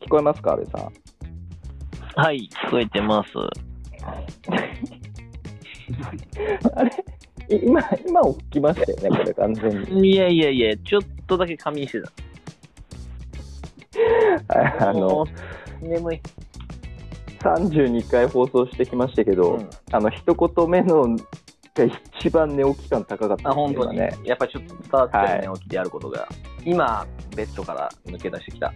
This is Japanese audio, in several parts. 聞こえますか、安倍さん。はい、聞こえてます。あれい今、今起きましたよね、これ完全 に。いやいやいや、ちょっとだけ仮眠して た。あの、、眠い。 32回放送してきましたけど、うんあの、一言目のが一番寝起き感高かったあ、本です当よにね。。やっぱちょっと伝わってたよね、は起きてやることが。今、ベッドから抜け出してきた。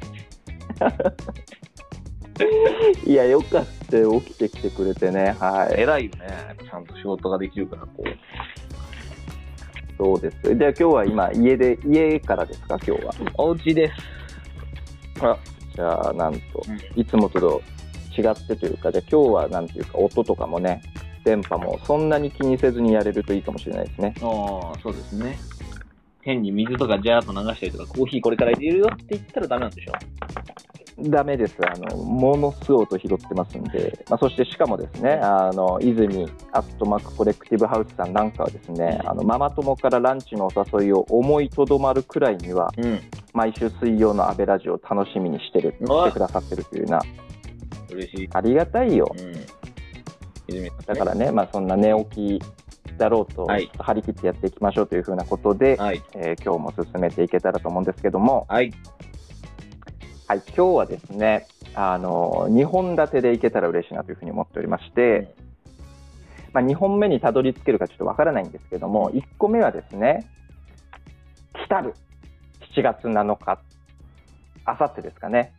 いや、よかったよ、起きてきてくれてね。はい。偉いよね。やっぱちゃんと仕事ができるから、こう。そうです。じゃあ今日は今、家で、家からですか、今日は。お家です。じゃあ、なんとうん、いつもと違ってというか、じゃあ今日はなんていうか、音とかもね、電波もそんなに気にせずにやれるといいかもしれないですね。ああ、そうですね。変に水とかジャーッと流したりとか、コーヒーこれから入れるよって言ったらダメなんでしょダメです。あの、ものすごい音拾ってますんで、まあ、そしてしかもですね、あの、泉アットマークコレクティブハウスさんなんかはですね、あの、ママ友からランチのお誘いを思いとどまるくらいには、うん。毎週水曜のアベラジオを楽しみにしてる、おいしてくださってるというような、嬉しい。ありがたいよ。うん。泉さんねだからね、まあ、そんな寝起きだろうと、はい張り切ってやっていきましょうというふうなことで、はい。えー今日も進めていけたらと思うんですけども、はい。はい、今日はですね、あの2本立てでいけたら嬉しいなというふうに思っておりまして、まあ、2本目にたどり着けるかちょっとわからないんですけども、1個目はですね、来たる7月7日、あさってですかね、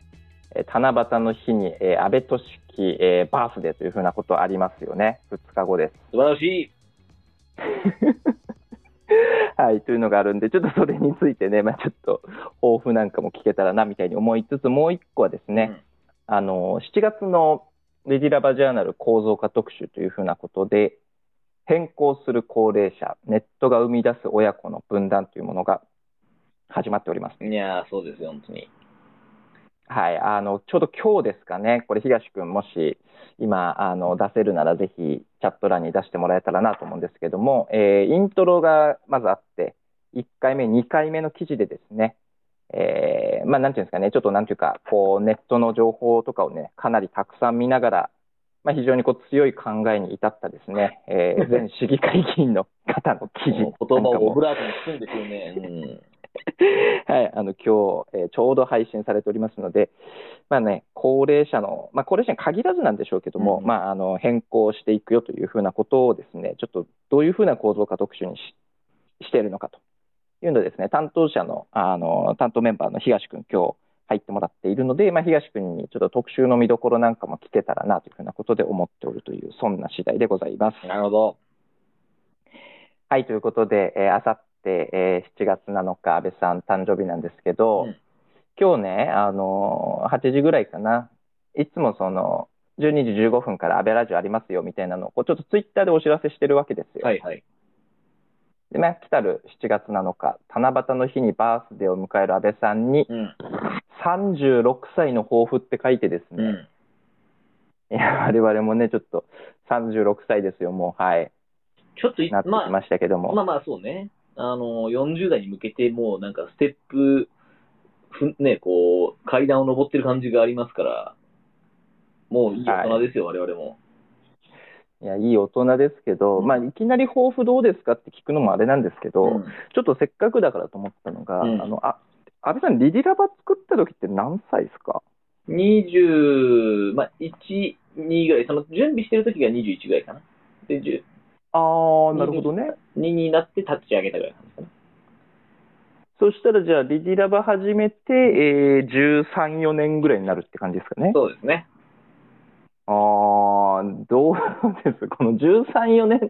えー七夕の日に、えー安倍俊樹、えーバースデーというふうなことありますよね、2日後です。 素晴らしい。はい、というのがあるんで、ちょっとそれについてね、まあ、ちょっと抱負なんかも聞けたらなみたいに思いつつ、もう1個はですね、あの7月のレディラバジャーナル構造化特集というふうなことで、変更する高齢者、ネットが生み出す親子の分断というものが始まっております。うん。いやー、そうですよ、本当に。はい、あのちょうど今日ですかね、これ、東君、もし今あの、出せるなら、ぜひチャット欄に出してもらえたらなと思うんですけども、えーイントロがまずあって、1回目、2回目の記事でですね、えーまあ、なんていうんですかね、ちょっとなんていうか、こうネットの情報とかをね、かなりたくさん見ながら、まあ、非常にこう強い考えに至ったですね、え ー前市議会議員の方の記事なんもかうも言葉をオブラートに包んでくるね。 はい、あの今日、えーちょうど配信されておりますので、まあね、高齢者の、まあ、高齢者に限らずなんでしょうけども、うんまあ、あの変更していくよというふうなことをですね、ちょっとどういうふうな構造化特集にししているのかというのをですね、担当者のあの担当メンバーの東君、今日入ってもらっているので、まあ、東君にちょっと特集の見どころなんかも聞けたらなというふうなことで思っておるという、そんな次第でございます。うん。なるほど。はい、ということで、えー、あさって、えー7月7日、安倍さん誕生日なんですけど、うん今日ね、あのー8時ぐらいかな、いつもその、12時15分から安倍ラジオありますよみたいなのを、こうちょっとツイッターでお知らせしてるわけですよ。はいはい。でね、来たる7月7日、七夕の日にバースデーを迎える安倍さんに、うん。 36歳の抱負って書いてですうね、ん。いや、我々もね、ちょっと36歳ですよ、もう、はい、ちょっとい、なまってきましたけどあ、も。まあまあ、そうね。あの、40代に向けて、もうなんか、ステップ、ふね、こう、階段を登ってる感じがありますから、もういい大人ですよ、我々も。いや、いい大人ですけど、うんまあ、いきなり抱負どうですかって聞くのもあれなんですけど、うんちょっとせっかくだからと思ったのが、うんあの、あ、安倍さん、リディラバ作った時って何歳ですか20、まあ、1、2ぐらい、その、準備してる時が21ぐらいかな。で、10あー、なるほどね。 2になって立ち上げたぐらいなんですかね。そしたら、じゃあ、リディラバ始めて、えー、13、4年ぐらいになるって感じですかね。そうですね。あー、どうですこの13、4年っ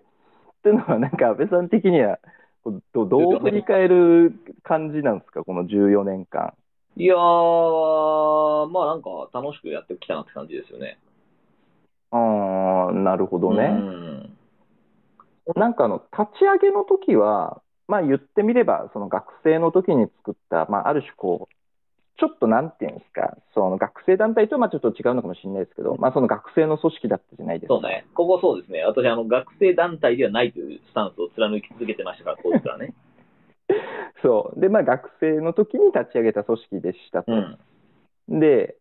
ていうのは、なんか安倍さん的には、こうどどう振り返る感じなんですかこの14年間。いやー、まあなんか楽しくやってきたなって感じですよね。あー、なるほどね。うんなんかあの立ち上げの時は、まあ、言ってみればその学生の時に作った、まあ、ある種こうちょっとなんていうんですかその学生団体とはまあちょっと違うのかもしれないですけど、まあ、その学生の組織だったじゃないですかそうね。ここそうですね。私、あの、学生団体ではないというスタンスを貫き続けてましたから、当時から ね。そうで、まあ、学生の時に立ち上げた組織でしたと、うん。で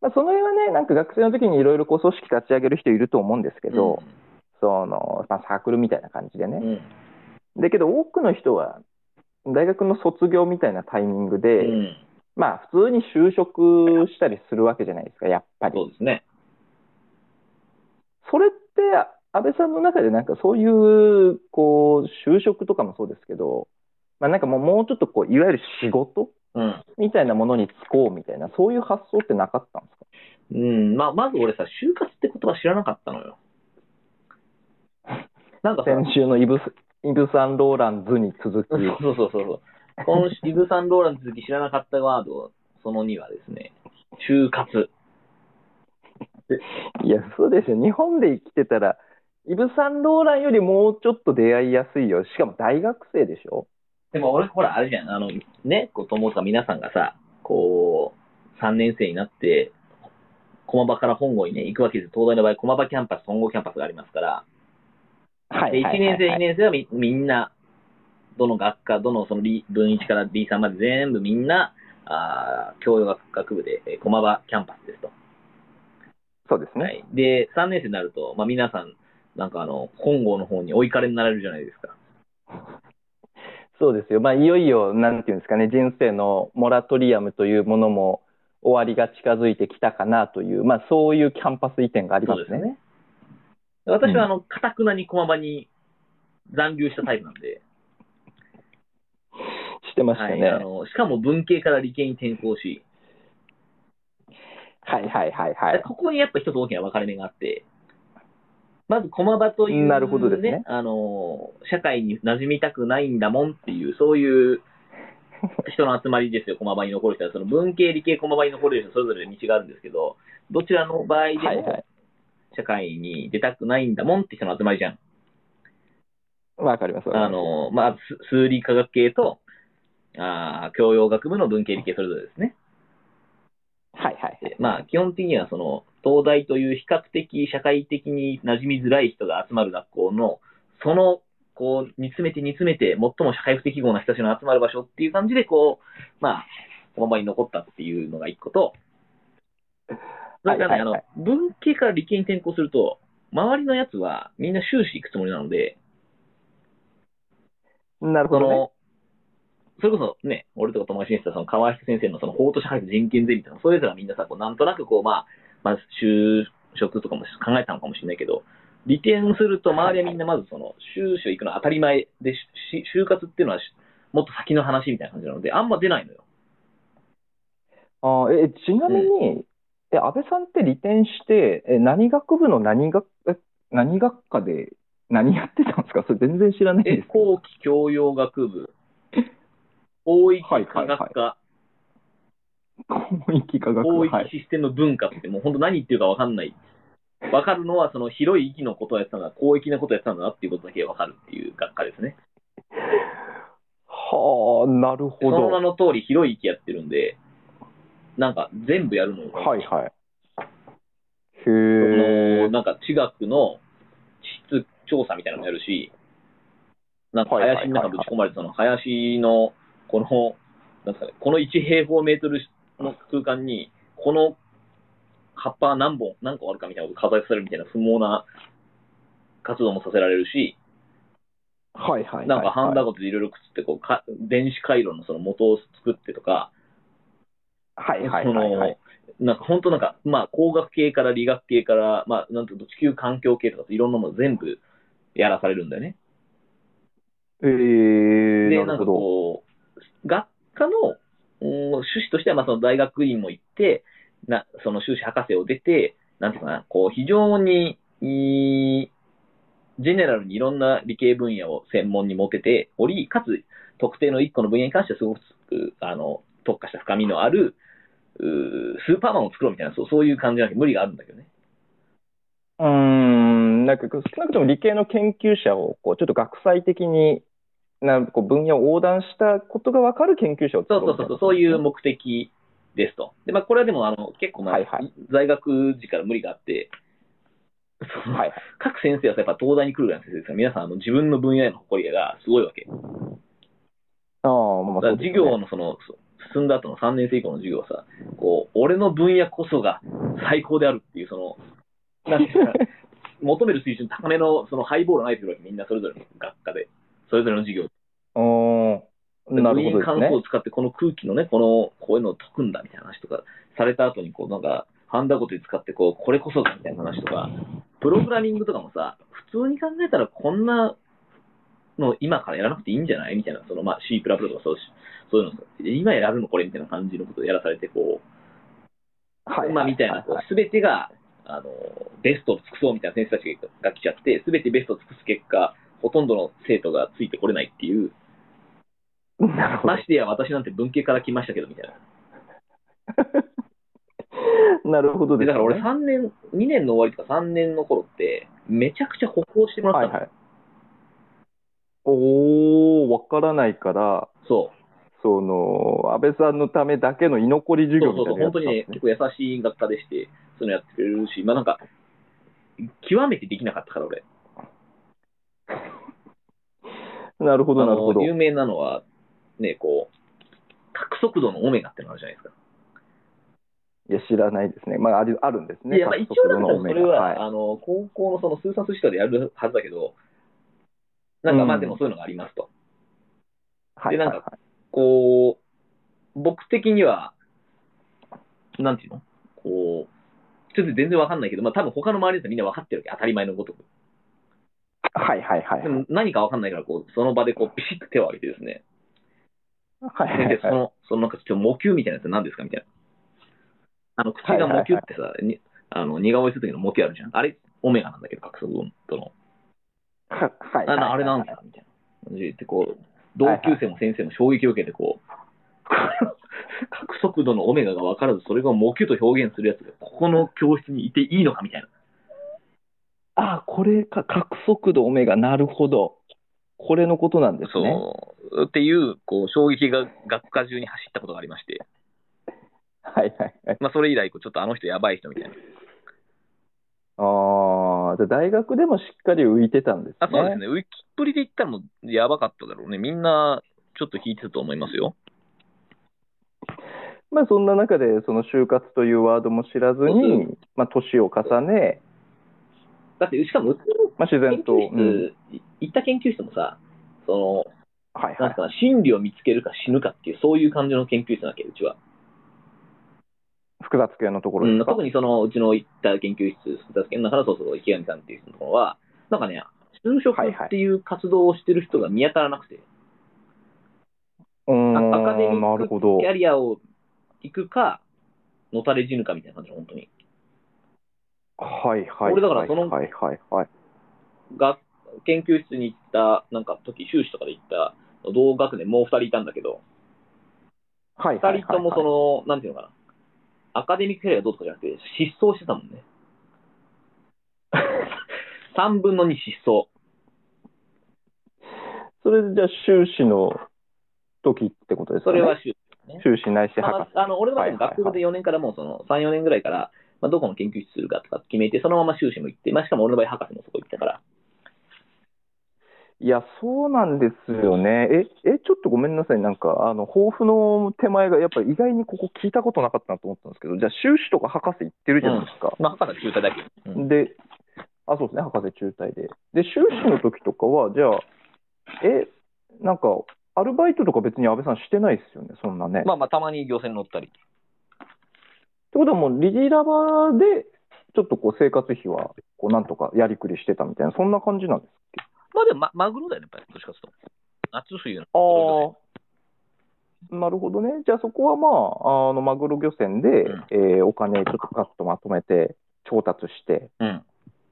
まあ、その辺はね、なんか学生の時にいろいろこう組織立ち上げる人いると思うんですけど、その、まあ、サークルみたいな感じでうね。ん。うん。だけど多くの人は、大学の卒業みたいなタイミングで、うんまあ普通に就職したりするわけじゃないですか、やっぱり。そうですね。それって、安倍さんの中でなんかそういう、こう、就職とかもそうですけど、まあなんかもうもうちょっとこう、いわゆる仕事うん。みたいなものに就こうみたいな、そういう発想ってなかったんですかうん。まあ、まず俺さ、就活って言葉知らなかったの よ。なんかさ、先週のイブス、イブ・サンローランズに続き。そうそうそうそう。今週、イブ・サンローランの続き知らなかったワード、その2はですね、就活。いや、そうですよ。日本で生きてたら、イブ・サンローランよりもうちょっと出会いやすいよ。しかも大学生でしょでも俺、ほら、あれじゃん、あの、ね、こう、友達皆さんがさ、こう、3年生になって、駒場から本郷にね、行くわけですよ。東大の場合、駒場キャンパス、本郷キャンパスがありますから、はで1年生、2年生はみみんな、どの学科、どのその理分1から B3 まで全部みんな、あー教養学学部で、えー駒場キャンパスですと。そうですね。はい、で、3年生になると、まあ、皆さん、なんかあの、本郷の方に追いかれになられるじゃないですか。そうですよ。まあ、いよいよ、なんていうんですかね、人生のモラトリアムというものも終わりが近づいてきたかなという、まあ、そういうキャンパス移転がありますそうですね。で私は、あの、かたくなに駒場に残留したタイプなんで、してましたはね。い、あのしかも文系から理系に転校し、はいはいはいはでい。ここにやっぱ一つ大きな分かれ目があって、まず駒場という、なるほどですねあの、社会に馴染みたくないんだもんっていう、そ ういう人の集まりですよ、駒場に残る人は。その文系、理系、駒場に残る人、それぞれ道があるんですけど、どちらの場合ではいはもい。社会に出たくないんだもんって人の集まりじゃん。わかります。わかりますあ、の、まあ、す数理科学系と、あー教養学部の文系理系それぞれですね。はいはいはいで。まあ、基本的にはその、東大という比較的社会的に馴染みづらい人が集まる学校の、その、こう、煮詰めて煮詰めて、最も社会不適合な人たちの集まる場所っていう感じで、こう、まあ、この場に残ったっていうのが一個と、それはからね、いあはいのはい、文系から理系に転校すると、周りのやつはみんな修士行くつもりなので、なるそほど、ね。の、それこそね、俺とか友達にしてたその川崎先生のその法と社会と人権税みたいな、そういうやつらみんなさ、こうなんとなくこう、まあ、まあ、就職とかも考えたのかもしれないけど、利点すると周りはみんなまずその、就職行くのは当たり前で、しし就活っていうのはしもっと先の話みたいな感じなので、あんま出ないのよ。あーえちなみに、え安倍さんって利点して、え何学部の何学え何学科で何やってたんですかそれ全然知らないえです。、後期教養学部、大域科学科、はいはい 広域科学部。広は域い。システム文化って、もう本当何言ってるか分かんない。分かるのは、その広い域のことをやってたんだ、広域のことをやってたんだなっていうことだけ分かるっていう学科ですね。はあ、なるそほのど。名の通り広い域やってるんで、なんか全部やるのよ。はいはい。へそのえ。なんか地学の地質調査みたいなのもやるし、なんか林の中ぶち込まれてたの、林のこの、なんですかね、この1平方メートルの空間に、この葉っぱ何本、何個あるかみたいなこと数えさせるみたいな不毛な活動もさせられるし、はいはいはい。なんかハンダごとでいろいろくっつってこうか、電子回路のその元を作ってとか、はいはいはいはい。その、なんか本当なんか、まあ工学系から理学系から、まあなんと地球環境系とかいろんなもの全部やらされるんだよね。えー、で、ななんるほかど。こう、学科の、うん趣旨としては、まあその大学院も行って、なその修士博士を出て、なんていうかな、こう非常に、いいジェネラルにいろんな理系分野を専門に持てており、かつ特定の一個の分野に関してはすごくあの特化した深みのあるうースーパーマンを作ろうみたいな、そうそういう感じなわけ無理があるんだけどね。うーん、なんかこう少なくとも理系の研究者をこうちょっと学際的になこう分野を横断したことがわかる研究者を作そろうそみたいうそうなそう、そういう目的ですと。で、まあ、これはでも、あの、結構、まあ、はいはい在学時から無理があって、そのはい各先生はさやっぱ東大に来るような先生ですから、皆さん、あの自分の分野への誇りがすごいわけ。だああ、まあそからうです授ね業のその、そ進んだ後の3年生以降の授業はさ、こう、俺の分野こそが最高であるっていう、その、なんて いうか、求める水準高めの、そのハイボールを投げてくるわけ、みんなそれぞれの学科で、それぞれの授業で。おーな部る員ほど感です想ねを。使って、この空気のね、この、こういうのを解くんだみたいな話とか、された後に、こう、なんか、ハンダごとに使って、こう、これこそだみたいな話とか、プログラミングとかもさ、普通に考えたらこんなの今からやらなくていいんじゃないみたいな、その、まあ、C++ とかそうし、そういうの、今やるのこれみたいな感じのことをやらされて、こう、はいまあ、みたいな、ははすべてが、あの、ベストを尽くそうみたいな先生たちが来ちゃって、すべてベストを尽くす結果、ほとんどの生徒がついてこれないっていう、なるほどましてや私なんて文系から来ましたけど、みたいな。 なるほどで、ですね。だから俺3年、2年の終わりとか3年の頃って、めちゃくちゃ歩行してもらはっいたの。はい。おー、わからないから、そう。その、安倍さんのためだけの居残り授そう業そみうたそ、いうなやつ本だったんですね当にね、結構優しい学科でして、そういうのやってくれるし、まあなんか、極めてできなかったから俺。なるほど、なるほあどの、。有名なのは、ね、こう、角速度のオメガってのあるじゃないですか。いや、知らないですね。まあ、あるあるんですね。いや、まあ一応角だか度のらおそ面れは、がはいあの、高校のその数冊しかでやるはずだけど、なんかうまあんでもそういうのがありますと。はいでなんかはいはこう、僕的には、なんていうのこう、ちょっと全然わかんないけど、まあ多分他の周りの人はみんなわかってるわけ。当たり前のごとく。いはいはいでも何かわかんないから、こう、その場でこう、ピシッと手を挙げてですね。はいはいはいで、その、そのなんかちょっと模球みたいなやつ何ですかみたいな。あの、口が模球ってさ、にあの、似顔絵する時の模球あるじゃん。あれ、オメガなんだけど、角速度の。ははいはいああれなんはだみたいな感じで言って、こう、同級生も先生も衝撃を受けて、こう、 角速度のオメガが分からず、それが模級と表現するやつが、ここの教室にいていいのかみたいな。あ、これか、角速度オメガ、なるほど。これのことなんですね。そう、っていう、こう、衝撃が学科中に走ったことがありまして、はいはいはい。まあ、それ以来、こうちょっとあの人やばい人みたいな。ああ、じゃあ大学でもしっかり浮いてたんですね。あそうですね、ウィキっぷりで言ったらもうやばかっただろうね。みんな、ちょっと引いてたと思いますよ。まあそんな中で、その就活というワードも知らずうに、まあ年を重ね、だって、しかも、うちのまあ自然と、うん、室、い行った研究室もさ、その、はいなはんいか。な真理を見つけるか死ぬかっていう、そういう感じの研究室なわけ、うちは。複雑系のとこうろでん、すか。特にそのうちの行った研究室、複雑研だから、そうそう、池上さんっていう人のところは、なんかね、就職はいはいっていう活動をしてる人が見当たらなくて、うーん、あアカデミックなるほどキ。ャリアを行くか、のたれ死ぬかみたいな感じの、本当に。はいはい。俺だからそのはいはいはい。が研究室に行った、なんか時、修士とかで行った、同学年もう二人いたんだけど、はいはいはいはい二人ともその、なんていうのかな、アカデミックキャリアどうとかじゃなくて、失踪してたもんね。3分の2失踪。それじゃあ修士の時ってことですそかね。れは修修士ないし博ま士。あ、あの俺は学部で4年からもうその3、4年ぐらいから、まあ、どこの研究室するかとか決めて、そのまま修士も行って、まあ、しかも俺の場合、博士もそこ行ったから、いや、そうなんですよね。え、え、ちょっとごめんなさい。なんか、あの、抱負の手前が、やっぱり意外にここ聞いたことなかったなと思ったんですけど、じゃあ、修士とか博士行ってるじゃないですか。まあ、博士中退だけど、うんで、あ、そうですね、博士中退で。で、修士の時とかは、じゃあ、え、なんか、アルバイトとか別に安倍さんしてないですよね、そんなね。まあまあ、たまに漁船乗ったり、ってことはもうリリラバーでちょっとこう生活費はこうなんとかやりくりしてたみたいなそんな感じなんですまあでも、ま、マグロだよね、やっぱり、どっちかっていうと。夏冬の。ああなるほどねじゃあそこはまああのマグロ漁船で、うんえーお金ちょっとガッとまとめて調達してうん。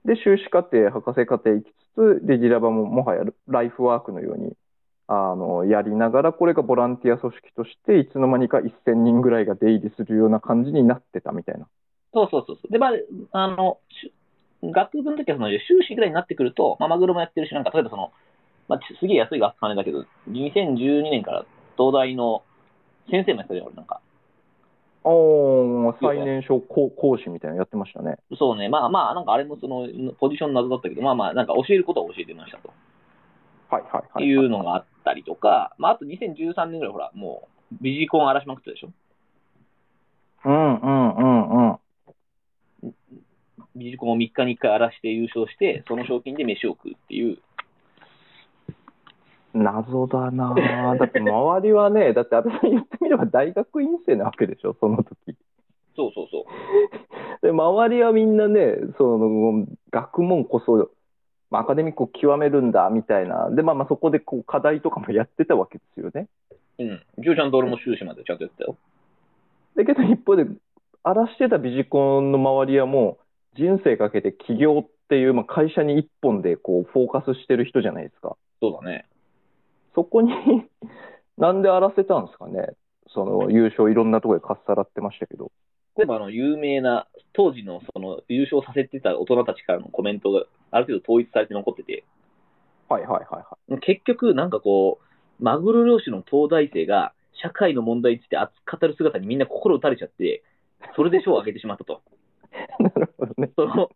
で修士課程博士課程行きつつリリラバーももはやライフワークのようにあのやりながらこれがボランティア組織としていつの間にか1000人ぐらいが出入りするような感じになってたみたいな。そうそうそうそう。で、まあ、あの、し学部の時はその修士ぐらいになってくると、まあ、マグロもやってるし、なんか、例えばその、まあ、ちすげえ安い学金だけど、2012年から東大の先生もやってたよ、俺なんか。おー最年少講講師みたいなのやってましたね。そうね、まあまあ、なんかあれもそのポジション謎だったけど、まあまあ、なんか教えることは教えてましたとはいはいはい。いうのがあったりとか、まあ、あと2013年ぐらい、ほら、もうビジコン荒らしまくったでしょうんうんうんうん。ビジコンを3日に1回荒らして優勝して、その賞金で飯を食うっていう。謎だなぁだって周りはね、だって私言ってみれば大学院生なわけでしょ、その時。そうそうそう。で、周りはみんなね、その、学問こそ、まあ、アカデミックを極めるんだ、みたいな。で、まあまあそこでこう課題とかもやってたわけですよね。うん。ジョーちゃんと俺も修士までちゃんとやってたよ。だけど一方で、荒らしてたビジコンの周りはもう、人生かけて起業っていう、まあ、会社に一本でこう、フォーカスしてる人じゃないですか。そうだね。そこに、 なんで荒らせたんですかね。その、優勝いろんなところでかっさらってましたけど。例えばあの、有名な、当時のその優勝させてた大人たちからのコメントがある程度統一されて残ってて、はいはいはいはい。結局なんかこう、マグロ漁師の東大生が社会の問題について熱く語る姿にみんな心打たれちゃって、それで賞をあげてしまったと。 なるほどね。その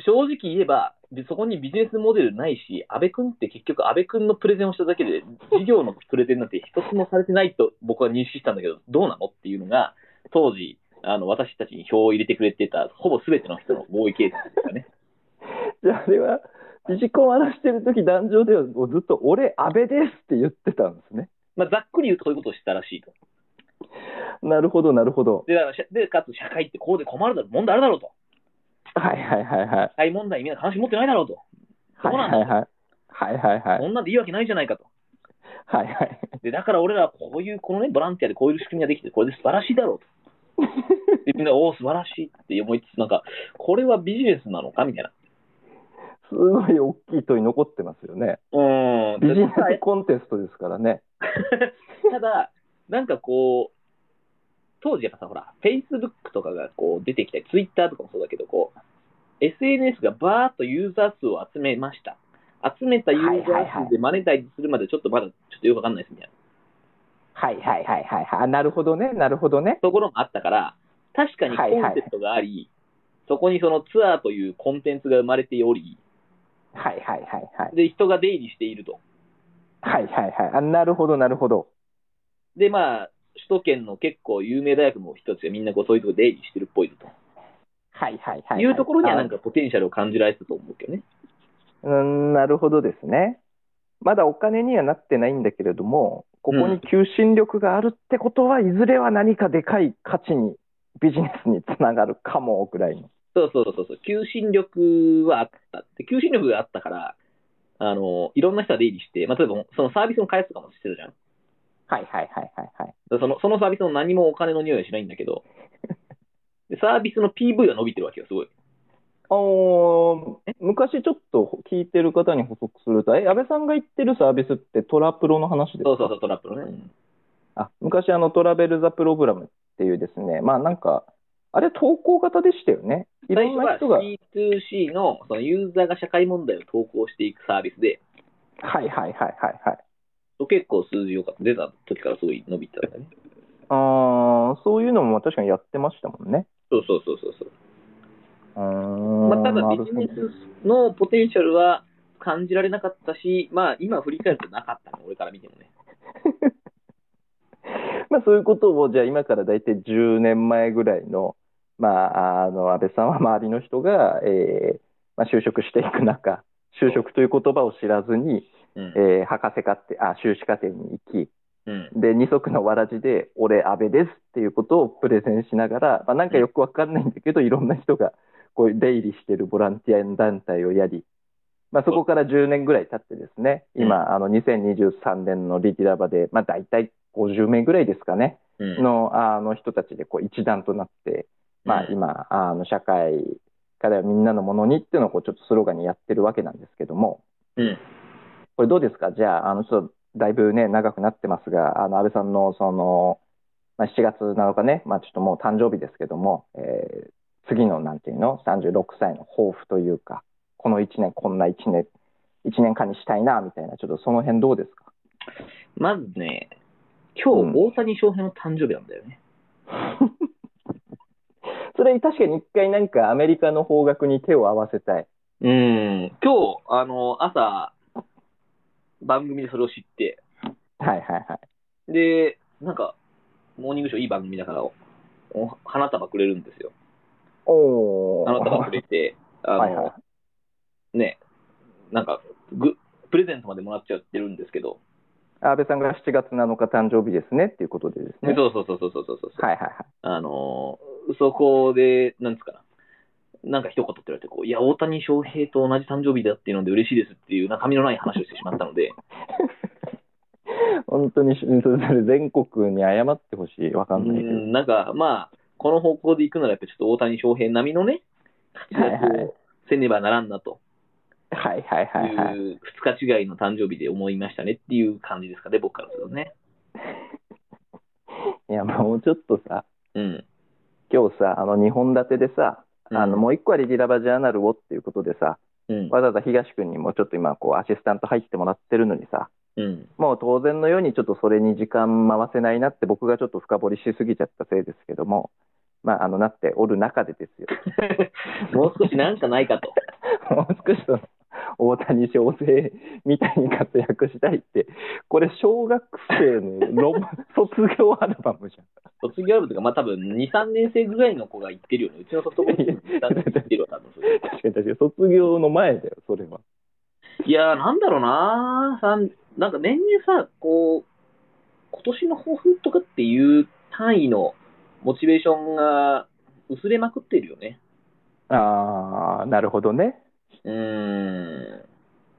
正直言えば、でそこにビジネスモデルないし、安倍君って結局、安倍君のプレゼンをしただけで、事業のプレゼンなんて一つもされてないと僕は認識したんだけど、どうなのっていうのが、当時、あの私たちに票を入れてくれてた、ほぼすべての人の合意形成ですかね。じゃああれは、ビジコン荒らしてる時壇上ではもうずっと、俺、安倍ですって言ってたんですね。まあ、ざっくり言うと、そういうことをしたらしいと。なるほど、なるほど。で、だからしでかつ、社会ってこうで困るだろう、問題あるだろうと。はいはいはいはい。社会問題にみんな関心持ってないだろうと。はいはいはい。はいはいはい。こんなんでいいわけないじゃないかと。はいはい。で、だから俺らはこういう、このね、ボランティアでこういう仕組みができて、これで素晴らしいだろ うと。で、みんな、おお、素晴らしいって思いつつ、なんか、これはビジネスなのかみたいな。すごい大きい問い残ってますよね。うーん。ビジネたスコンテストですからね。だ、ただなんかこう、当時やっぱさ、ほら、Facebook とかがこう出てきたり、Twitter とかもそうだけど、こう、SNS がバーっとユーザー数を集めました。集めたユーザはいはいーは数でマネタイズするまでちょっとまだちょっとよくわかんないですみたいなはいはいはいはいはい。あなるほどね、なるほどね。ところもあったから、確かにコンセプトがあり、そこにそのツアーというコンテンツが生まれており、はいはいはいはい。で、人が出入りしていると。はいはいはい。あなるほど、なるほど。で、まあ、首都圏の結構有名大学の人たちがみんなこうそういうとこ出入りしてるっぽいぞと。はいはいはい。いうところにはなんかポテンシャルを感じられてたと思うけどね。うーん、なるほどですね。まだお金にはなってないんだけれども、ここに求心力があるってことは、いずれは何かでかい価値に、ビジネスにつながるかもぐらいの。そうそうそうそう。求心力はあった。で、求心力があったから、あの、いろんな人が出入りして、まあ、例えばそのサービスの開発とかもしてるじゃん。だかはいはいはいはいはい。らその、そのサービスの何もお金の匂いはしないんだけど、でサービスの PV が伸びてるわけよ、すごい。あのー昔ちょっと聞いてる方に補足すると、え、安倍さんが言ってるサービスってトラプロの話ですそうかそうそう、トラップのね。あ昔あのトラベル・ザ・プログラムっていうですね、まあなんか、あれ投稿型でしたよね。いろんな人が。はい最初は C2C のそのユーザーが社会問題を投稿していくサービスで、はいはいはいはい。結構数字良かった。出た時からすごい伸びたんだね。あーそういうのも確かにやってましたもんね。そうそうそうそうそう。うーんまあ、ただなビるほジどネスのポテンシャルは感じられなかったし、まあ今振り返るとなかったの、俺から見てもね。まあ、そういうことを、じゃあ今から大体10年前ぐらいの、まあ、あの、安倍さんは周りの人が、えーまあ、就職していく中、就職という言葉を知らずに、うん。えー博士課程、あ、修士課程に行き、うん。で、二足のわらじで、俺、安倍ですっていうことをプレゼンしながら、まあ、なんかよくわかんないんだけど、いろんな人が、こういう出入りしてるボランティア団体をやり、まあ、そこから10年ぐらい経ってですね、今、あの、2023年のリティラバで、まあ、大体50名ぐらいですかね、うん。の、あの人たちで、こう、一団となって、まあ、今、あの、社会からみんなのものにっていうのを、こう、ちょっとスローガンにやってるわけなんですけども、うん。これどうですかじゃあ、あの、ちょっと、だいぶね、長くなってますが、あの、安倍さんの、その、まあ、7月7日ね、まあ、ちょっともう誕生日ですけども、えー次の、なんていうの、36歳の抱負というか、この1年、こんな1年、1年間にしたいな、みたいな、ちょっとその辺どうですかまずね、今日、う大谷翔平の誕生日なんだよね。それ、確かに一回なんかアメリカの方角に手を合わせたい。うん。今日、あの、朝、番組でそれを知って、はいはいはい。で、なんか、モーニングショーいい番組だから、お花束くれるんですよ。おお。花束くれて、あ の、はいはね、なんか、ぐ、プレゼントまでもらっちゃってるんですけど、い。安倍さんが7月7日誕生日ですねっていうことでですね。そうそうそうそうそうそうそう、はいはいはい。あのーそこで、なんですかな、なんか一言って言われてこう、いや、大谷翔平と同じ誕生日だっていうので嬉しいですっていう中身のない話をしてしまったので、本当に、それぞれ全国に謝ってほしい。わかんないけうど。んなんか、まあ、この方向で行くなら、やっぱちょっと大谷翔平並みのね、活はいは躍いをせねばならんなとはいはいいはいはい。う、二日違いの誕生日で思いましたねっていう感じですかね、僕からするとね。いや、もうちょっとさ、うん。今日さ、あの、2本立てでさ、あの、もう一個はリリラバジャーナルをっていうことでさ、うん、わざわざ東君にもちょっと今、こう、アシスタント入ってもらってるのにさ、うん。 もう当然のようにちょっとそれに時間回せないなって僕がちょっと深掘りしすぎちゃったせいですけども、まあ、あの、なっておる中でですよ。もう少しなんかないかと。 もう少しその大谷翔平みたいに活躍したいって、これ小学生のロマン 卒業アルバムじ卒業アルバムとか、まあ多分2、3年生ぐらいの子が行ってるよね。うちのソフトボール部2、3年生行ってるわ、多分それゃん。確かに確かに卒業の前だよ、それは。いやー、なんだろうなーさん、なんか年々さ、こう、今年の抱負とかっていう単位のモチベーションが薄れまくってるよね。ああ、なるほどね。うーん。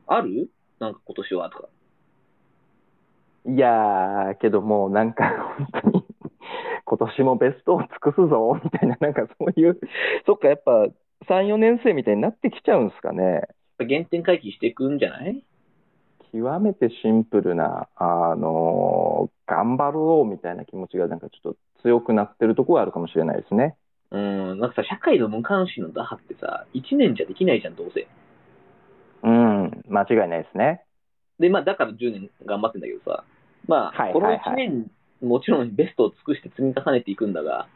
あるなんか今年はとか。いやー、けどもうなんか本当に、今年もベストを尽くすぞ、みたいな、なんかそういう、そっか、やっぱ3、4年生みたいになってきちゃうんすかね。原点回帰していくんじゃない極めてシンプルな、あのー頑張ろうみたいな気持ちがなんかちょっと強くなってるところはあるかもしれないですね。うーん。なんかさ、社会の無関心の打破ってさ、1年じゃできないじゃん、どうせ。うん、間違いないですね。で、まあ、だから10年頑張ってんだけどさ、まあ、はいこのはい1はい年、もちろんベストを尽くして積み重ねていくんだが、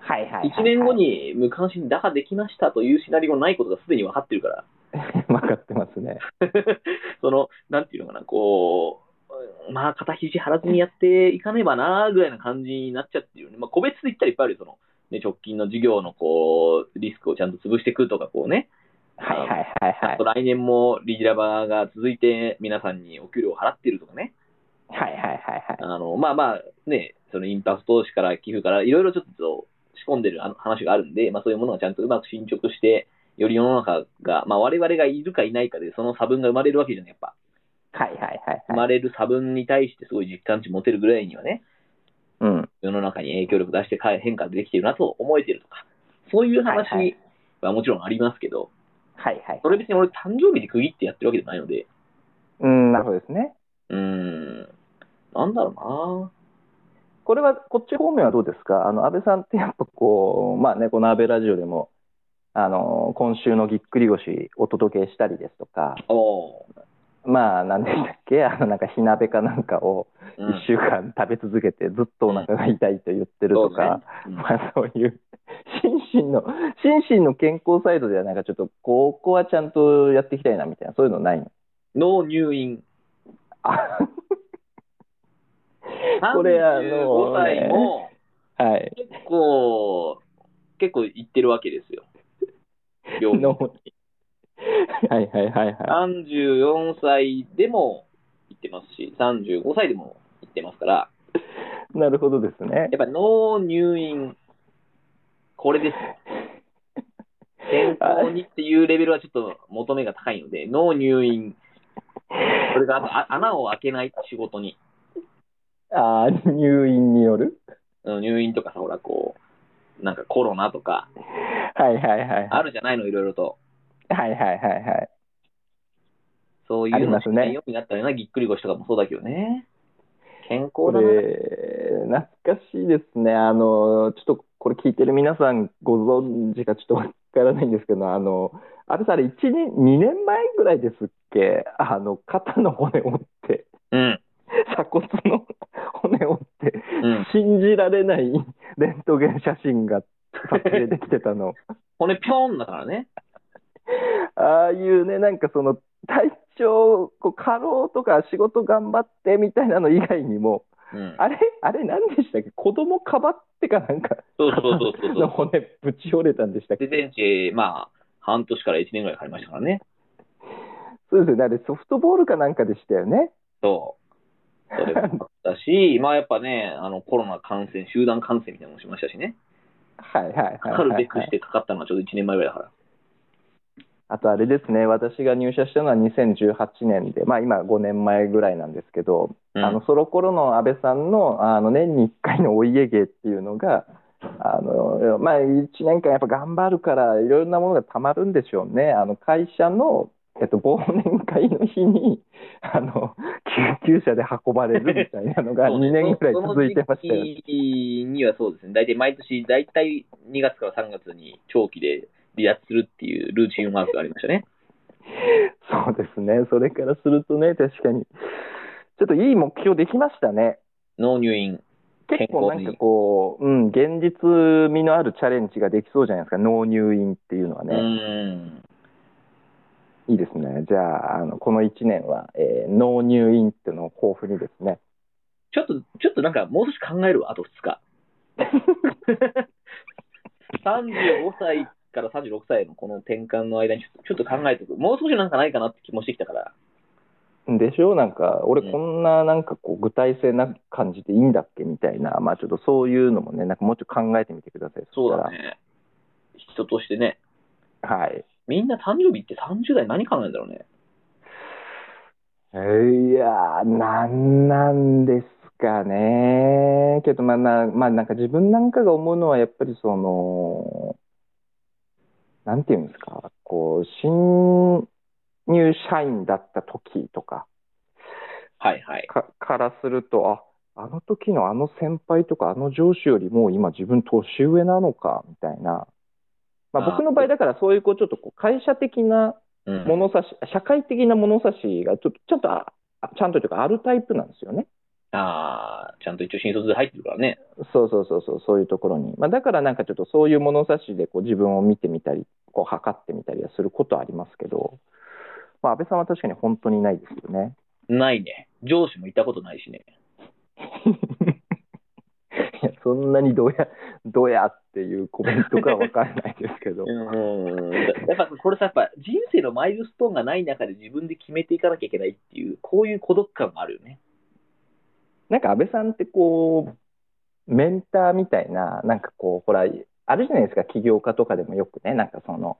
はいはいはい、 1年後。に無関心打破できましたというシナリオないことがすでに分かってるから、 分かってますね。その、なんていうのかな、こう、まあ、肩肘張らずにやっていかねばな、ぐらいな感じになっちゃってるよね。まあ、個別で言ったらいっぱいあるよ、その、ね、直近の事業の、こう、リスクをちゃんと潰していくとか、こうね、はいはいはいはあいと。来年もリジラバが続いて皆さんにお給料を払ってるとかね、はいはいはいはい。あの、まあまあ、ね、そのインパクト投資から寄付から、いろいろちょっと仕込んでるあの話があるんで、まあそういうものがちゃんとうまく進捗して、より世の中が、まあ我々がいるかいないかで、その差分が生まれるわけじゃない、やっぱ。はいはいはい、生はい。まれる差分に対してすごい実感値持てるぐらいにはね、うん。世の中に影響力出して変変化できてるなと思えてるとか、そういうはいは話いはもちろんありますけど、はいはいそ。れ別に俺誕生日で区切ってやってるわけじゃないので、うん、なるほどですね。うーん、なんだろこれは、こっち方面はどうですかあの、安倍さんってやっぱこう、まあね、この安倍ラジオでも、あのー今週のぎっくり腰お届けしたりですとか、うなおーまあ、なんでしたっけ、 あのなんか火鍋かなんかをう1ん週間食べ続けて、ずっとお腹が痛いと言ってるとそうねか、うんまあ、そういう、心身の、心身の健康サイドでは、なんかちょっと、ここはちゃんとやっていきたいなみたいな、そういうのないの ノー入院。あここれれああのねの、5歳もはい。結構、結構行ってるわけですよ。病院のはいはいはいは34歳でも行ってますし、35歳でも行ってますから、い。なるほどですねや。っぱ脳入院、これですよ。健康にっていうレベルはちょっと求めが高いので、脳入院、それがあとあ穴を開けない仕事に、ああ、入院による うん入院とかさ、ほら、こう、なんかコロナとか、はいはいはい。あるじゃないの、いろいろと。はいはいはいはい。そういうのしないようになったよな、ぎっくり腰とかもそうだけどね。健こ康だな。れ、懐かしいですね。あの、ちょっとこれ聞いてる皆さんご存知かちょっとわからないんですけど、あの、あれさ、あれ1年、2年前ぐらいですっけ、あの、肩の骨折って、 うん。鎖骨の骨折って、うん。信じられないレントゲン写真が撮影できてたの。 骨ぴょんだからね。ああいうね、なんかその体調、こう過労とか仕事頑張ってみたいなの以外にも、うん。あれ、あれ何でしたっけ子供かばってかなんかそうそうそう そうのそう。骨ぶち折れたんでしたっけで、電池、まあ、半年から1年ぐらいかかりましたからね。そうですよね。あれソフトボールかなんかでしたよね。そう。それもあったし、 まあやっぱね、あの、コロナ感染、集団感染みたいなのもしましたしね。はいはいはいかはい、かるはべいくしてかかったのはちょうど1年前ぐらいだから。あとあれですね、私が入社したのは2018年で、まあ今5年前ぐらいなんですけど、うんあのその頃の安倍さんのあの年に1回のお家芸っていうのが、あのまあ、1年間やっぱ頑張るから、いろいろなものがたまるんでしょうね、あの会社の、えっと、忘年会の日にあの救急車で運ばれるみたいなのがそうね2年ぐらい続いてましたよそのね。時期にはそうですね、大体毎年、大体2月から3月に長期で離脱するっていうルーチンワークがありましたね。そうですね、それからするとね、確かに、ちょっといい目標できましたね。納入院。結構なんかこう、うん、現実味のあるチャレンジができそうじゃないですか、納入院っていうのはうね。ん。いいですね。じゃあ、あのこの1年は、えー、納入院っていうのを豊富にです ね。ちょっと、ちょっとなんか、もう少し考えるわ、あと2日。35歳から36歳のこの転換の間にちょっとちょっと考えておく。もう少しなんかないかなって気もしてきたから。でしょなんか、俺うんこんななんかこう具体性な感じでいいんだっけみたいな、まあちょっとそういうのもね、なんかもうちょっと考えてみてください。そうしただらね。人としてね。はい。みんな誕生日って30代何考えるんだろうね。えーいやー、なんなんですかね。けど、まあな、まあなんか自分なんかが思うのは、やっぱりその、なんていうんですか、こう、新入社員だった時とか、はいはい。か、からすると、あ、あの時のあの先輩とかあの上司よりもう今自分年上なのか、みたいな。まああー僕の場合だからそういうこうちょっとこう会社的なうん物差し、社会的な物差しがちょっとちゃんとあ、あちゃんとというかあるタイプなんですよね。ああ、ちゃんと一応新卒で入ってるからね。そうそうそうそう、そういうところに。まあだからなんかちょっとそういう物差しでこう自分を見てみたり、こう測ってみたりはすることはありますけど、まあ安倍さんは確かに本当にないですよね。ないね。上司もいたことないしね。いやそんなにどや、どやっていうコメントかわかんないですけど う。ん。やっぱこれさ、やっぱ人生のマイルストーンがない中で自分で決めていかなきゃいけないっていう、こういう孤独感もあるよね。なんか安倍さんってこう、メンターみたいな、なんかこう、ほら、あるじゃないですか、起業家とかでもよくね、なんかその、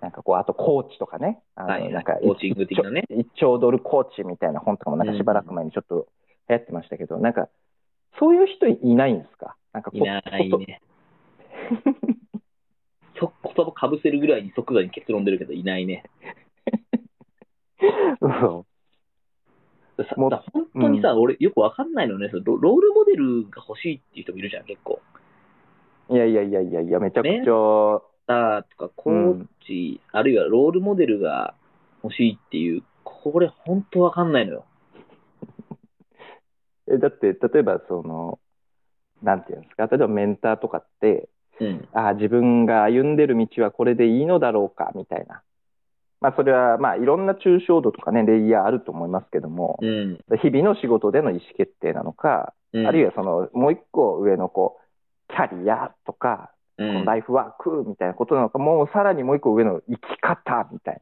なんかこう、あとコーチとかね、あのはいはいなんかコーチング的なね1兆ドルコーチみたいな本とかも、なんかしばらく前にちょっと流行ってましたけど、なんか、そういう人いないんですかなんかこいないこね。そ言葉かぶせるぐらいに即座に結論出るけど、いないね。 そさもうさ本当にさ、俺、よくわかんないのねそのロ、ロールモデルが欲しいっていう人もいるじゃん、結構。う。いやいやいやいやいや、めちゃくちねゃ、あーとか、コーチ、あるいはロールモデルが欲しいっていう、これ、本当わかんないのよ。えだって、例えば、その、なんていうんですか、例えばメンターとかって、うん。あー自分が歩んでる道はこれでいいのだろうかみたいな、まあ、それはまあいろんな抽象度とかねレイヤーあると思いますけども、うん。日々の仕事での意思決定なのか、うんあるいはそのもう一個上のこうキャリアとか、うんライフワークみたいなことなのかもうさらにもう一個上の生き方みたい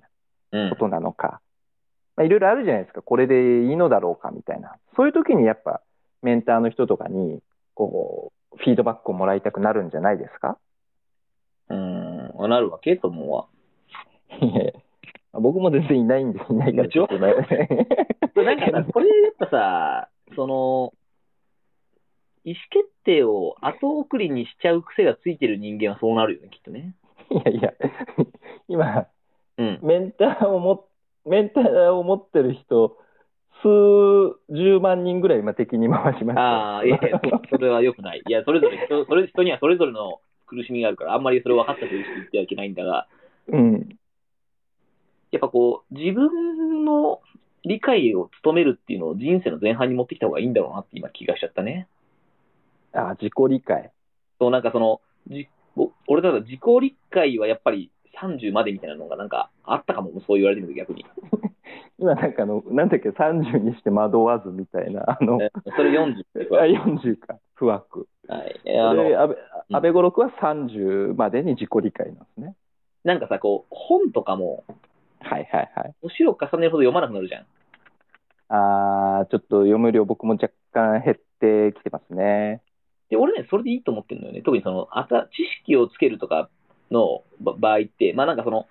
うんなことなのか、まあ、いろいろあるじゃないですかこれでいいのだろうかみたいなそういう時にやっぱメンターの人とかにこうフィードバックをもらいたくなるんじゃないですかうん。なるわけと思うわ。いやいや僕も全然いないんで、い ないからでしょちょっとねなんかさ、これやっぱさ、その、意思決定を後送りにしちゃう癖がついてる人間はそうなるよね、きっとね。いやいや、今、うん。メンターをも、メンターを持ってる人、数十万人ぐらい今敵に回しました。ああ、いやいや、それは良くない。いや、それぞれ人、それ人にはそれぞれの苦しみがあるから、あんまりそれを分かったふうにして言ってはいけないんだが、 うん。やっぱこう、自分の理解を努めるっていうのを人生の前半に持ってきた方がいいんだろうなって今気がしちゃったね。あー自己理解。そう、なんかその、じお俺ただ自己理解はやっぱり30までみたいなのがなんかあったかも、そう言われてみると逆に。今なんかあの、なんだっけ、30にして惑わずみたいな、あの、えそれ40ってこ とあ40か、不惑。はい。で、えあの、安倍安倍五六は30までに自己理解なんですね。なんかさ、こう、本とかも、はいはいはい。年を重ねるほど読まなくなるじゃん。あーちょっと読む量僕も若干減ってきてますね。で、俺ね、それでいいと思ってるんだよね。特にその、あた、知識をつけるとかのば場合って、まあなんかその、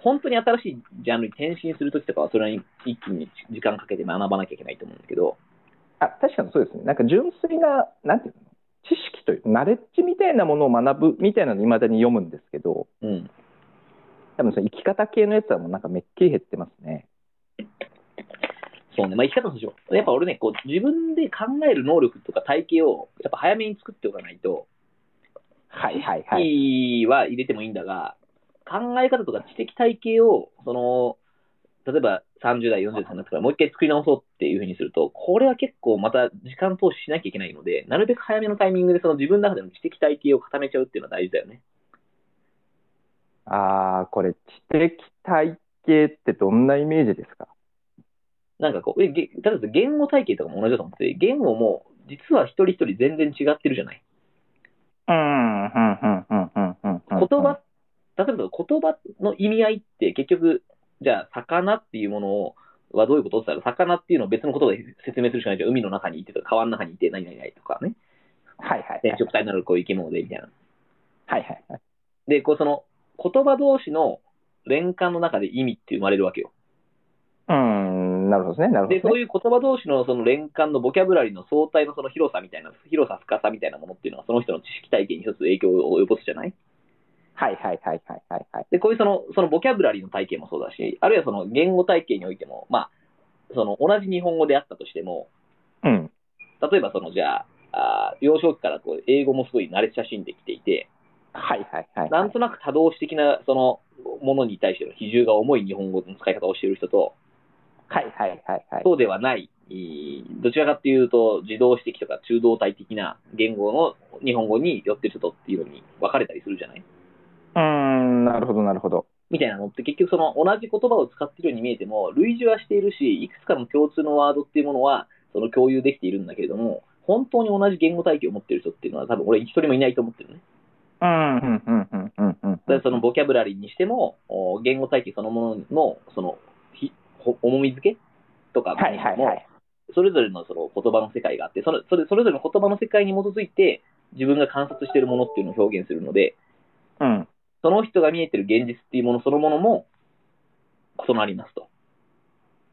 本当に新しいジャンルに転身するときとかは、それに一気に時間かけて学ばなきゃいけないと思うんだけど、あ、確かにそうですね。なんか純粋な、なんていうの知識という、ナレッジみたいなものを学ぶみたいなの未だに読むんですけど、うん。多分その生き方系のやつはもうなんかめっきり減ってますね。そうね。まあ生き方のしよう。やっぱ俺ね、こう、自分で考える能力とか体系を、やっぱ早めに作っておかないと、はいはいははい。は入れてもいいんだが、考え方とか知的体系を、その、例えば30代、40代になってからもう一回作り直そうっていうふうにすると、これは結構また時間投資しなきゃいけないので、なるべく早めのタイミングでその自分の中での知的体系を固めちゃうっていうのは大事だよね。あーこれ知的体系ってどんなイメージですかなんかこう、え、げ例えば言語体系とかも同じだと思ってて、言語も実は一人一人全然違ってるじゃない。うん、うん、うん、うん、うん、うん。言葉、例えば言葉の意味合いって結局、じゃあ、魚っていうものをはどういうことって言ったら、魚っていうのを別のことで説明するしかないじゃん。海の中にいてとか、川の中にいて、何々々とかね。はいはい染色体になるこういう生き物で、みたいな。はいはいはい。で、こうその、言葉同士の連関の中で意味って生まれるわけよ。うん、なるほどですね、なるほどで、ですそねういう言葉同士のその連関のボキャブラリーの相対のその広さみたいな、広さ深さみたいなものっていうのは、その人の知識体系に一つ影響を及ぼすじゃないはいはいはいはいはいはい。で、こういうその、そのボキャブラリーの体系もそうだし、あるいはその言語体系においても、まあ、その同じ日本語であったとしても、うん。例えばその、じゃあ、あー幼少期からこう英語もすごい慣れ親しんできていて、はいはいはい。なんとなく多動詞的なそのものに対しての比重が重い日本語の使い方をしている人と、はいはいはいはい。そうではない、いいどちらかというと、自動詞的とか中動体的な言語の日本語に寄ってる人とっていうのに分かれたりするじゃないうーん、なるほどなるほど。みたいなのって結局その同じ言葉を使っているように見えても類似はしているし、いくつかの共通のワードっていうものはその共有できているんだけれども、本当に同じ言語体系を持っている人っていうのは多分俺一人もいないと思ってるね。うん、うん、うん、うん、うんうん。だからそのボキャブラリーにしても、お言語体系そのもののそのひほ重み付けとかも、はいはいはい。それぞれのその言葉の世界があってそれそれ、それぞれの言葉の世界に基づいて自分が観察しているものっていうのを表現するので、うん。その人が見えてる現実っていうものそのものも異なりますと。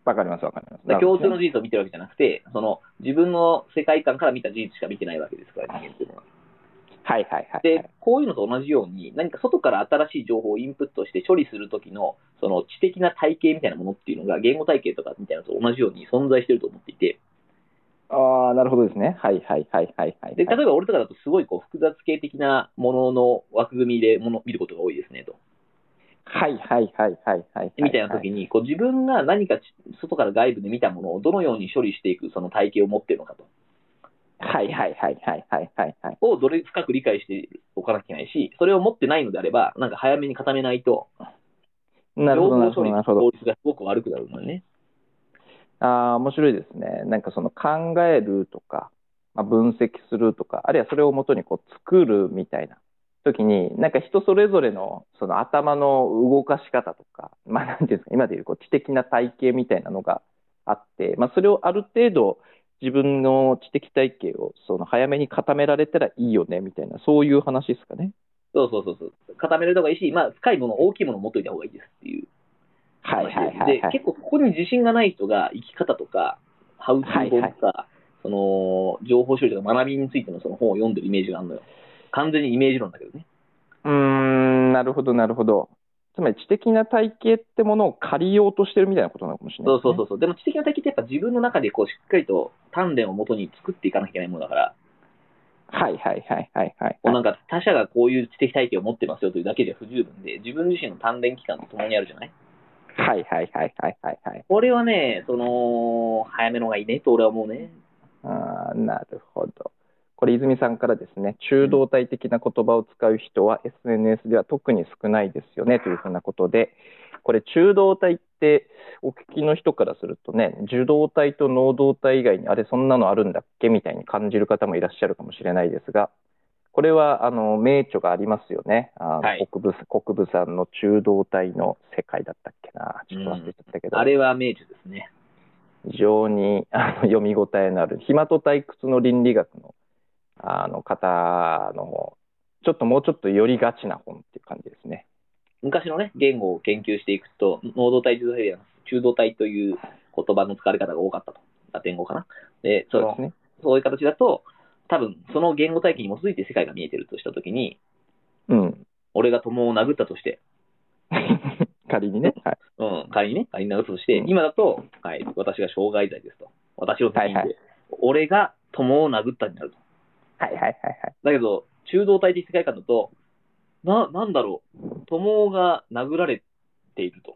わかりますわかります。だから共通のなる事実を見てるわけじゃなくて、その自分の世界観から見た事実しか見てないわけですから、人間っていうのは。ほどねはいはいはい。で、こういうのと同じように、何か外から新しい情報をインプットして処理するときの、その知的な体系みたいなものっていうのが、言語体系とかみたいなのと同じように存在してると思っていて、ああ、なるほどですね。はいはいはいはいはい。で例えば俺とかだと、すごいこう複雑系的なものの枠組みでもの見ることが多いですねと。はいはいはいはいはい。みたいな時に、こう自分が何かち外から外部で見たものをどのように処理していくその体系を持ってるのかと。はいはいはいはいはいはいはい。をどれ深く理解しておかなきゃいけないし、それを持ってないのであれば、なんか早めに固めないと、なるほどなる処ほど理なるのほど効。率がすごく悪くなるのね。ああ、面白いですね。なんかその考えるとか、まあ、分析するとか、あるいはそれをもとにこう作るみたいな時に、なんか人それぞれのその頭の動かし方とか、まあなんていうんですか、今でいうこう知的な体系みたいなのがあって、まあそれをある程度自分の知的体系をその早めに固められたらいいよねみたいな、そういう話ですかね。そうそうそうそう。固めるのがいいし、まあ、深いもの、大きいものを持っといた方がいいですっていうはいはいはいはで、い。結構ここに自信がない人が、生き方とか、ハウツー本とか、その、情報処理とか学びについてのその本を読んでるイメージがあるのよ。完全にイメージ論だけどね。うーん、なるほどなるほど。つまり知的な体系ってものを借りようとしてるみたいなことなのかもしれないそですね。うそうそうそう。でも知的な体系ってやっぱ自分の中でこう、しっかりと鍛錬をもとに作っていかなきゃいけないものだから、はいはいはいはいはい、こうなんか他者がこういう知的体系を持ってますよというだけじゃ不十分で、自分自身の鍛錬期間とともにあるじゃないはいはいはいはいはいはい。これはね、その、早めの方がいいねと俺は思うね。あーなるほど。これ泉さんからですね、中道体的な言葉を使う人は SNS では特に少ないですよねというふうなことで、これ中動体ってお聞きの人からするとね受動体と能動体以外にあれそんなのあるんだっけみたいに感じる方もいらっしゃるかもしれないですがこれはあの名著がありますよねあの、はい国分国分さんの中動体の世界だったっけなちょっと忘れちゃったけど、あれは名著ですね。非常に あの読み応えのある暇と退屈の倫理学のあの方のちょっともうちょっと寄りがちな本っていう感じですね。昔のね、言語を研究していくと、能動体、受動体ではなく中動体という言葉の使われ方が多かったと。ラテン語かな。で、そそううですね。そういう形だと、多分その言語体系に基づいて世界が見えてるとしたときに、うん。 俺が友を殴ったとして、仮にね。はい。うん、仮にね、仮に殴ったとして、うん今だと、はい、私が傷害罪ですと。私の責任で、はいは俺が友を殴ったになると。はいはいはいはい。だけど、中道体的世界観だと、な、なんだろう、友が殴られていると。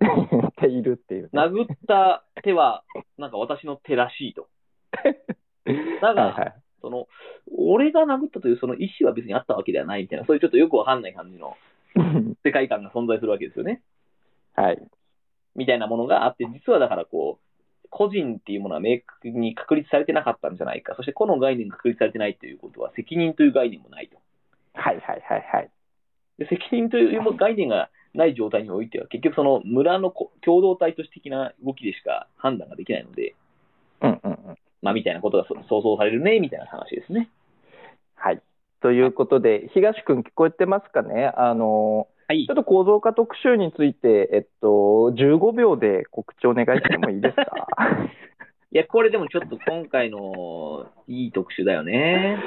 っているっていう、ね。殴った 手は、なんか私の手らしいと。だが、はいはい。その、俺が殴ったというその意思は別にあったわけではないみたいな、そういうちょっとよくわかんない感じの世界観が存在するわけですよね。はい。 みたいなものがあって、実はだからこう、個人っていうものは明確に確立されてなかったんじゃないか。そして、個の概念が確立されてないということは、責任という概念もないと。はいはいはいはい。で責任という概念がない状態においては、結局その村のこ共同体として的な動きでしか判断ができないので、うんうんうん。まあみたいなことがそ想像されるね、みたいな話ですね。はい。ということで、東くん聞こえてますかねあの、はいちょ。っと構造化特集について、えっと、15秒で告知お願いしてもいいです かいや、これでもちょっと今回のいい特集だよね。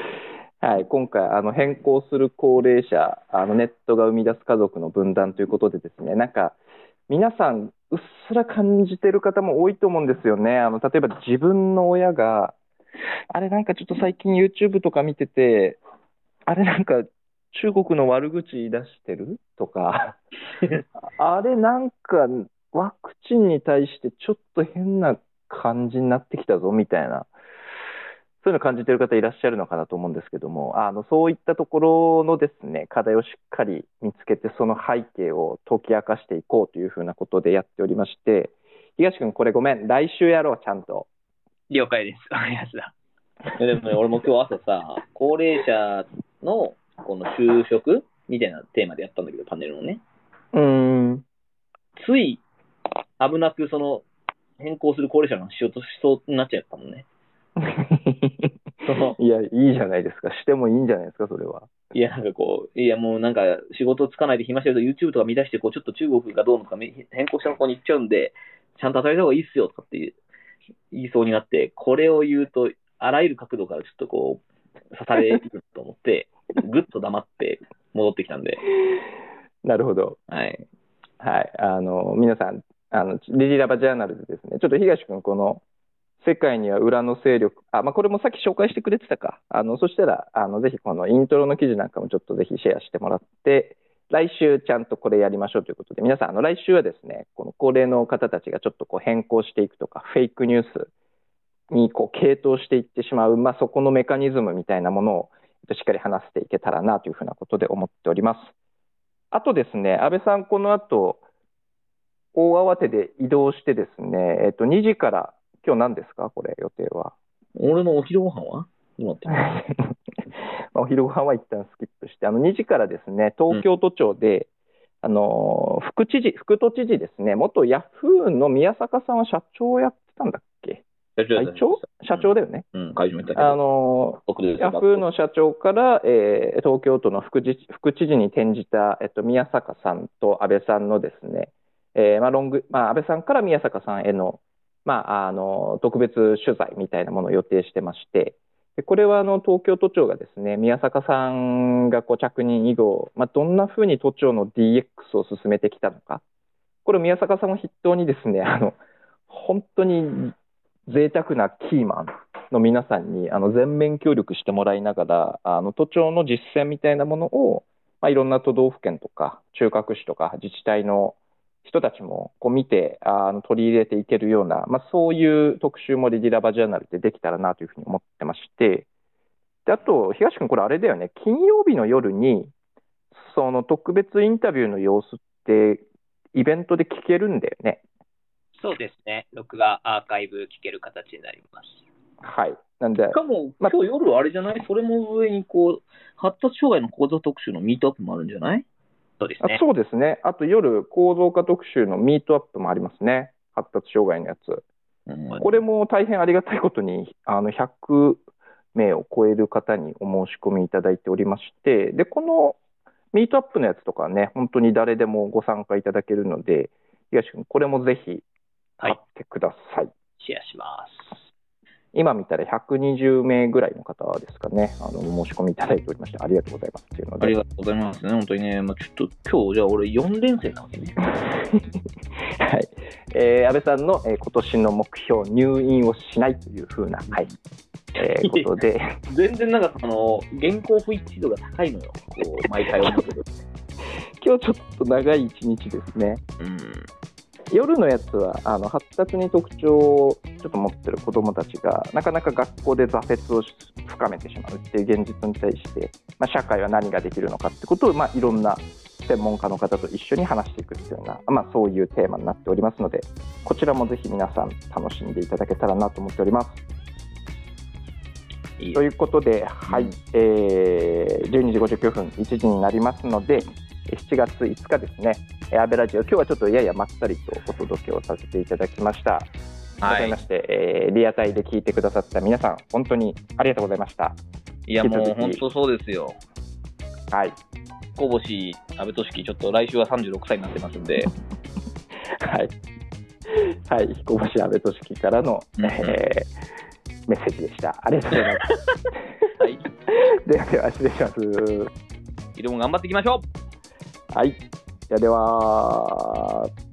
はい、今回あの変更する高齢者あのネットが生み出す家族の分断ということでですねなんか皆さんうっすら感じてる方も多いと思うんですよねあの例えば自分の親があれなんかちょっと最近 YouTube とか見ててあれなんか中国の悪口言い出してるとかあれなんかワクチンに対してちょっと変な感じになってきたぞみたいなそういうの感じてる方いらっしゃるのかなと思うんですけども、あのそういったところのですね課題をしっかり見つけて、その背景を解き明かしていこうというふうなことでやっておりまして、東君、これごめん、来週やろう、ちゃんと。了解です。わかりました。でもね、俺も今日朝さ、高齢者のこの就職みたいなテーマでやったんだけど、パネルのね。うーん、 つい危なくその変更する高齢者の話しようとしそうになっちゃったもんね。 いや、いいじゃないですか、してもいいんじゃないですか、それは。いや、なんかこう、いや、もうなんか仕事つかないで暇してると YouTube とか見出して、こう、ちょっと中国がどうのとかめ変更した方向に行っちゃうんで、ちゃんと働いた方がいいっすよとかって言いそうになって、これを言うと、あらゆる角度からちょっとこう、刺されると思って、 ぐっと黙って戻ってきたんで、なるほど、はい。はい、あの皆さんあの、リリラバジャーナルでですね、ちょっと東君、この世界には裏の勢力、あまあ、これもさっき紹介してくれてたか、あのそしたらあの、ぜひこのイントロの記事なんかもちょっとぜひシェアしてもらって、来週、ちゃんとこれやりましょうということで、皆さん、あの来週はですね、この高齢の方たちがちょっとこう変更していくとか、フェイクニュースにこう傾倒していってしまう、まあ、そこのメカニズムみたいなものを、えっとしっかり話していけたらなというふうなことで思っております。あとですね、安倍さん、この後大慌てで移動してですね、えっと、2時から、今日何ですか、これ、予定は。 俺のお昼ご飯はどうなってるのまあお昼ご飯は一旦スキップして、あの2時からですね、東京都庁で、あのー副知事、副都知事ですね、元ヤフーの宮坂さんは社長をやってたんだっけ、会長社長だよね。うん、会場も行ったけど。あのー僕ですヤフーの社長から、えー東京都の副知副知事に転じた、えっと、宮坂さんと安倍さんのですね、えーまあロングまあ、安倍さんから宮坂さんへの,、まあ、あの特別取材みたいなものを予定してまして、でこれはあの東京都庁がですね宮坂さんがこう着任以後、まあ、どんなふうに都庁の DX を進めてきたのか、これ、宮坂さんを筆頭にですねあの本当に贅沢なキーマンの皆さんにあの全面協力してもらいながらあの都庁の実践みたいなものを、まあ、いろんな都道府県とか中核市とか自治体の人たちもこう見てあの取り入れていけるような、まあ、そういう特集もリリラバジャーナルでできたらなというふうに思ってましてであと東君これあれだよね金曜日の夜にその特別インタビューの様子ってイベントで聞けるんだよね。そうですね。録画アーカイブ聞ける形になります。はい。なんでし、かも、ま今日夜あれじゃないそれも上に、こう、発達障害の講座特集のミートアップもあるんじゃないそうですあね。そうですね。あと夜、構造化特集のミートアップもありますね。発達障害のやつ。うんこれも大変ありがたいことに、あの、100名を超える方にお申し込みいただいておりまして、で、このミートアップのやつとかはね、本当に誰でもご参加いただけるので、東君、これもぜひ、は買っい。てください。シェアします。今見たら120名ぐらいの方ですかね、あの、お申し込みいただいておりまして、ありがとうございますっていうのありで、がとうございますね、本当にね。まあ、ちょっと今日、じゃあ俺4連戦なわけね。 はい。えー安倍さんの、えー今年の目標、入院をしないというふうな、はい、えーことで、全然なんかその、原稿不一致度が高いのよ。こう、毎回思うけど。今日ちょっと長い一日ですね。うん。夜のやつはあの発達に特徴をちょっと持ってる子どもたちがなかなか学校で挫折をし深めてしまうっていう現実に対して、まあ、社会は何ができるのかってことを、まあ、いろんな専門家の方と一緒に話していくっていうような、まあ、そういうテーマになっておりますのでこちらもぜひ皆さん楽しんでいただけたらなと思っております。いいとよいうことで、はい、うんえー12時59分、1時になりますので、えー7月5日ですね、えーアベラジオ、今日はちょっとややまったりとお届けをさせていただきました。は改めいま。して、えーリアタイで聞いてくださった皆さん、本当にありがとうございました。いや、もう引き続き本当そうですよ。はい、小星、安倍俊樹、ちょっと来週は36歳になってますん で。はい、はい、彦星安部俊樹からの、うんうんえーメッセージでした。ありがとうございます。はい。 ではでは、失礼します。いろも頑張っていきましょうはい、ではでは。